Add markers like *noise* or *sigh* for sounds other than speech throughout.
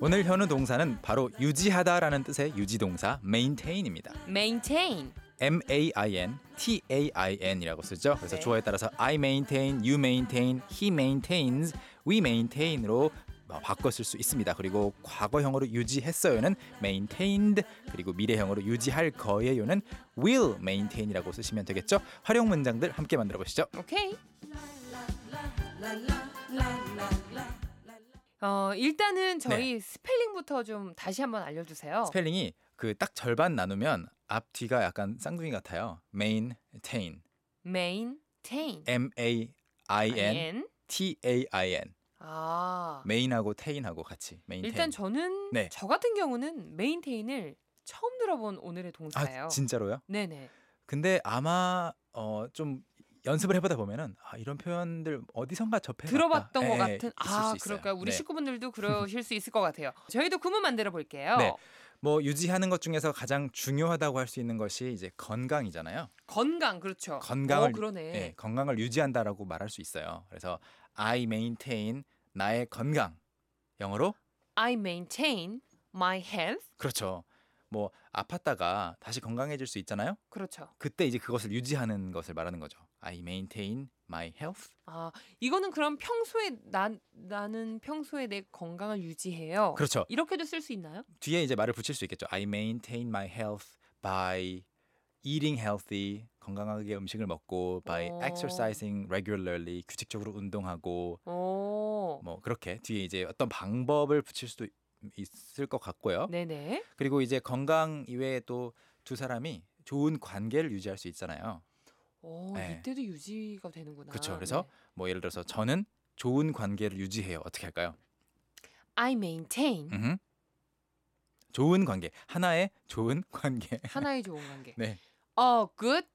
오늘 현우 동사는 바로 유지하다라는 뜻의 유지 동사 maintain입니다. maintain. M A I N T A I N이라고 쓰죠. 그래서 주어에 따라서 I maintain, you maintain, he maintains, we maintain으로 뭐 바꿔 쓸 수 있습니다. 그리고 과거형으로 유지했어요는 maintained, 그리고 미래형으로 유지할 거예요는 will maintain이라고 쓰시면 되겠죠. 활용 문장들 함께 만들어 보시죠. 오케이. 어, 일단은 저희 스펠링부터 좀 다시 한번 알려 주세요. 네. 스펠링이 그 딱 절반 나누면 앞 뒤가 약간 쌍둥이 같아요. maintain, maintain. M A I N T A I N 아. 메인하고 테인하고 같이 메인 일단 테인. 저는 네. 저 같은 경우는 maintain을 처음 들어본 오늘의 동사예요. 아 진짜로요? 네, 네. 근데 아마 어 좀 연습을 해보다 보면은 아 이런 표현들 어디선가 예, 접해 들어봤던 것 같은 아 그럴까요? 네. 우리 *laughs* 식구분들도 그러실 수 있을 것 같아요. 저희도 구문 만들어 볼게요. 네. 뭐 유지하는 것 중에서 가장 중요하다고 할 수 있는 것이 이제 건강이잖아요. 건강 그렇죠. 건강을 어, 그러네. 예, 건강을 유지한다라고 말할 수 있어요. 그래서 I maintain 나의 건강 영어로 I maintain my health. 그렇죠. 뭐 아팠다가 다시 건강해질 수 있잖아요. 그렇죠. 그때 이제 그것을 유지하는 것을 말하는 거죠. I maintain my health. 아 이거는 그럼 평소에 나 나는 평소에 내 건강을 유지해요. 그렇죠. 이렇게도 쓸 수 있나요? 뒤에 이제 말을 붙일 수 있겠죠. I maintain my health by eating healthy. 건강하게 음식을 먹고 by 어. exercising regularly. 규칙적으로 운동하고 오. 뭐 그렇게 뒤에 이제 어떤 방법을 붙일 수도 있을 것 같고요. 네네. 그리고 이제 건강 이외에 또 두 사람이 좋은 관계를 유지할 수 있잖아요. 오 네. 이때도 유지가 되는구나. 그렇죠. 그래서 네. 뭐 예를 들어서 저는 좋은 관계를 유지해요. 어떻게 할까요? I maintain 음흠. 좋은 관계 하나의 좋은 *laughs* 관계 *laughs* 하나의 좋은 관계. 네 A good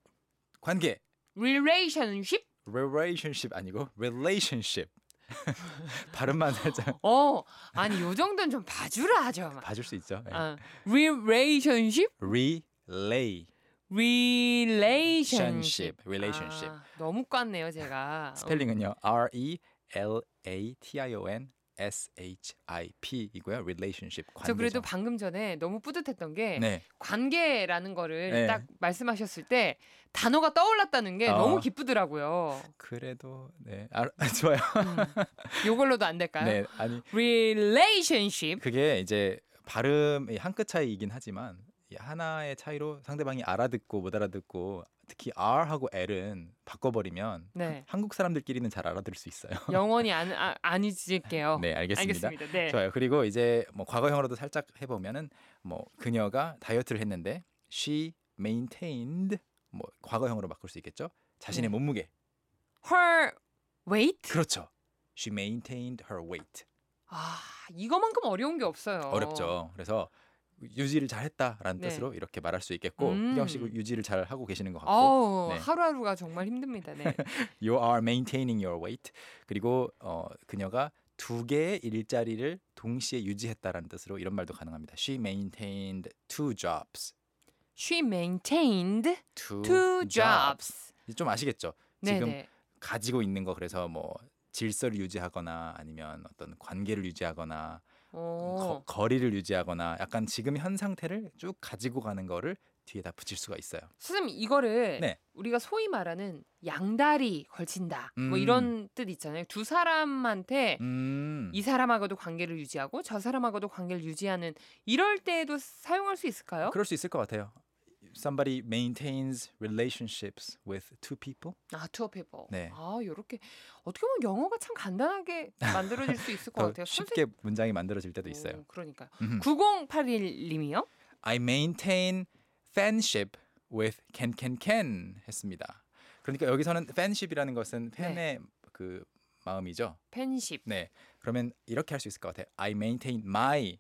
관계 relationship. relationship 아니고 relationship *laughs* 발음만 *laughs* 살짝 어 아니 요 정도는 좀 봐주라 좀. 봐줄 수 있죠 네. 아, relationship, relationship relationship, relationship 아, 너무 깠네요 제가. 스펠링은요 R E L A T I O N S H I P 이고요 relationship 관계 저 그래도 방금 전에 너무 뿌듯했던 게 네 관계라는 거를 네. 딱 말씀하셨을 때 단어가 떠올랐다는 게 어. 너무 기쁘더라고요. 그래도 네 아, *laughs* 좋아요 이걸로도 안 될까요? 네 아니 relationship. 그게 이제 발음이 한 끗 차이이긴 하지만 이 하나의 차이로 상대방이 알아듣고 못 알아듣고 특히 R하고 L은 바꿔버리면 *laughs* 네. 한국 사람들끼리는 잘 알아들을 수 있어요. 영원히 안, 아, 안 잊을게요. 네, 알겠습니다. 알겠습니다. 네. 좋아요. 그리고 이제 뭐 과거형으로도 살짝 해보면은 뭐 그녀가 다이어트를 했는데 she maintained 뭐 과거형으로 바꿀 수 있겠죠. 자신의 네. 몸무게. her weight. 그렇죠. she maintained her weight. 아, 이거만큼 어려운 게 없어요. 어렵죠. 그래서 유지를 잘했다라는 네. 뜻으로 이렇게 말할 수 있겠고 음. 어. 희경 씨 유지를 잘 하고 계시는 것 같고 아우, 네. 하루하루가 정말 *laughs* 힘듭니다. 네. You are maintaining your weight. 그리고 어, 그녀가 두 개의 일자리를 동시에 유지했다라는 뜻으로 이런 말도 가능합니다. She maintained two jobs. She maintained Two, two jobs. 좀 아시겠죠? 지금 네네. 가지고 있는 거 그래서 뭐 질서를 유지하거나 아니면 어떤 관계를 유지하거나 오. 거, 거리를 유지하거나 약간 지금 현 상태를 쭉 가지고 가는 거를 뒤에다 붙일 수가 있어요. 선생님 이거를 네. 우리가 소위 말하는 양다리 걸친다 음. 뭐 이런 뜻 있잖아요. 두 사람한테 음. 이 사람하고도 관계를 유지하고 저 사람하고도 관계를 유지하는 이럴 때에도 사용할 수 있을까요? 그럴 수 있을 것 같아요. Somebody maintains relationships with two people. 아 투어 페이퍼. 네. 아 요렇게 어떻게 보면 영어가 참 간단하게 만들어질 수 있을 *laughs* 것더 같아요. 쉽게 문장이 만들어질 때도 오, 있어요. 그러니까 음흠. 9081님이요. I maintain fanship with can can can 했습니다. 그러니까 여기서는 fanship이라는 것은 네. 팬의 그 마음이죠. 팬십, 네. 그러면 이렇게 할 수 있을 것 같아요. I maintain my,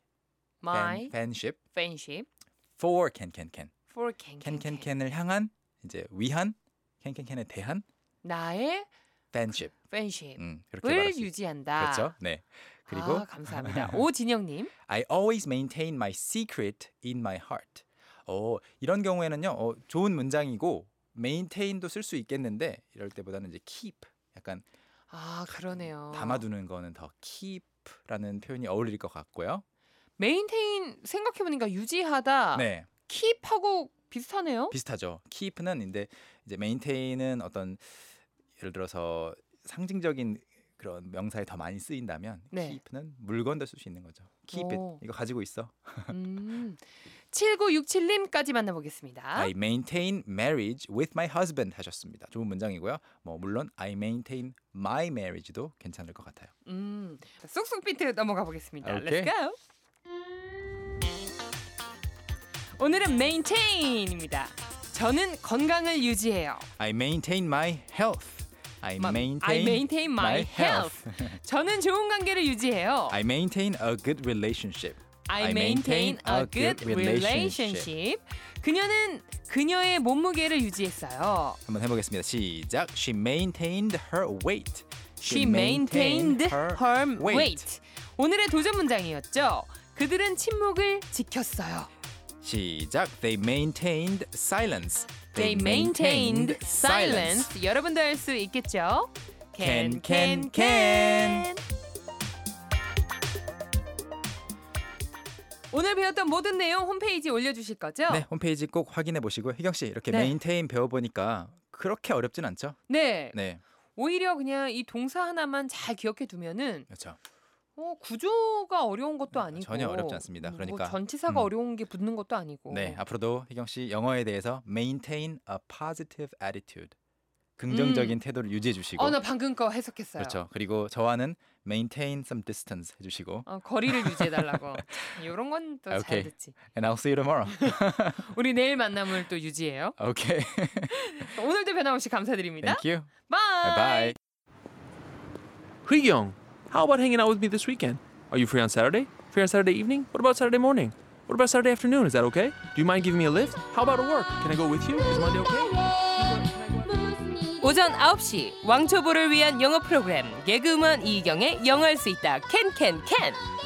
my Fan, fanship friendship for can can can. for can can can can. can을 향한 이제 위한 can can can에 대한 나의 fanship. friendship을 음, 그렇게 말할 수 있- 유지한다. 그렇죠. 네. 그리고 아, 감사합니다. 오진영님. I always maintain my secret in my heart. 어, 이런 경우에는요, 어, 좋은 문장이고 maintain도 쓸 수 있겠는데 이럴 때보다는 이제 keep 약간 아 그러네요. 담아두는 거는 더 keep라는 표현이 어울릴 것 같고요. 메인테인 생각해보니까 유지하다 네, 킵하고 *laughs* 비슷하네요. 비슷하죠. keep는 근데 이제 maintain은 어떤 예를 들어서 상징적인 그런 명사에 더 많이 쓰인다면 네. keep는 물건도 쓸 수 있는 거죠. keep it. 오. 이거 가지고 있어. 음. 7967님까지 만나보겠습니다. I maintain marriage with my husband 하셨습니다. 좋은 문장이고요. 뭐 물론 I maintain my marriage도 괜찮을 것 같아요. 음. 자, 쑥쑥 비트 넘어가 보겠습니다. 아, 오케이. Let's go. 오늘은 maintain입니다. 저는 건강을 유지해요. I maintain my health. I 마- maintain, I maintain my, my health. 저는 좋은 관계를 유지해요. I maintain a good relationship. I maintain a good relationship. 그녀는 그녀의 몸무게를 유지했어요. 한번 해보겠습니다. 시작. She maintained her weight. She maintained her weight. 오늘의 도전 문장이었죠. 그들은 침묵을 지켰어요. 시작. They maintained silence. They maintained silence. 여러분도 할 수 있겠죠? Can, can, can. 오늘 배웠던 모든 내용 홈페이지에 올려주실 거죠? 네, 홈페이지 꼭 확인해 보시고요. 혜경 씨, 이렇게 네. maintain 배워보니까 그렇게 어렵진 않죠? 네. 네, 오히려 그냥 이 동사 하나만 잘 기억해 두면은 그렇죠. 어, 구조가 어려운 것도 아니고 네, 전혀 어렵지 않습니다. 뭐 그러니까, 전치사가 음. 어려운 게 붙는 것도 아니고 네, 앞으로도 혜경 씨 영어에 대해서 maintain a positive attitude. 긍정적인 태도를 유지해 주시고. 어, 나 방금 거 해석했어요. 그렇죠. 그리고 저와는 maintain some distance 해주시고. 어, *laughs* 거리를 유지해 달라고. 이런 건 또 잘 아, 오케이. 듣지. And I'll see you tomorrow. *laughs* 우리 내일 만남을 또 유지해요. okay. 오늘도 변함없이 감사드립니다. Thank you. Bye 바이. bye. Young, how about hanging out with me this weekend? Are you free on Saturday? Free on Saturday evening? What about Saturday morning? What about Saturday afternoon? Is that okay? Do you mind giving me a lift? How about at work? Can I go with you? Is Monday okay? 오전 9시 왕초보를 위한 영어 프로그램 개그우먼 이경의 영어할 수 있다 캔캔캔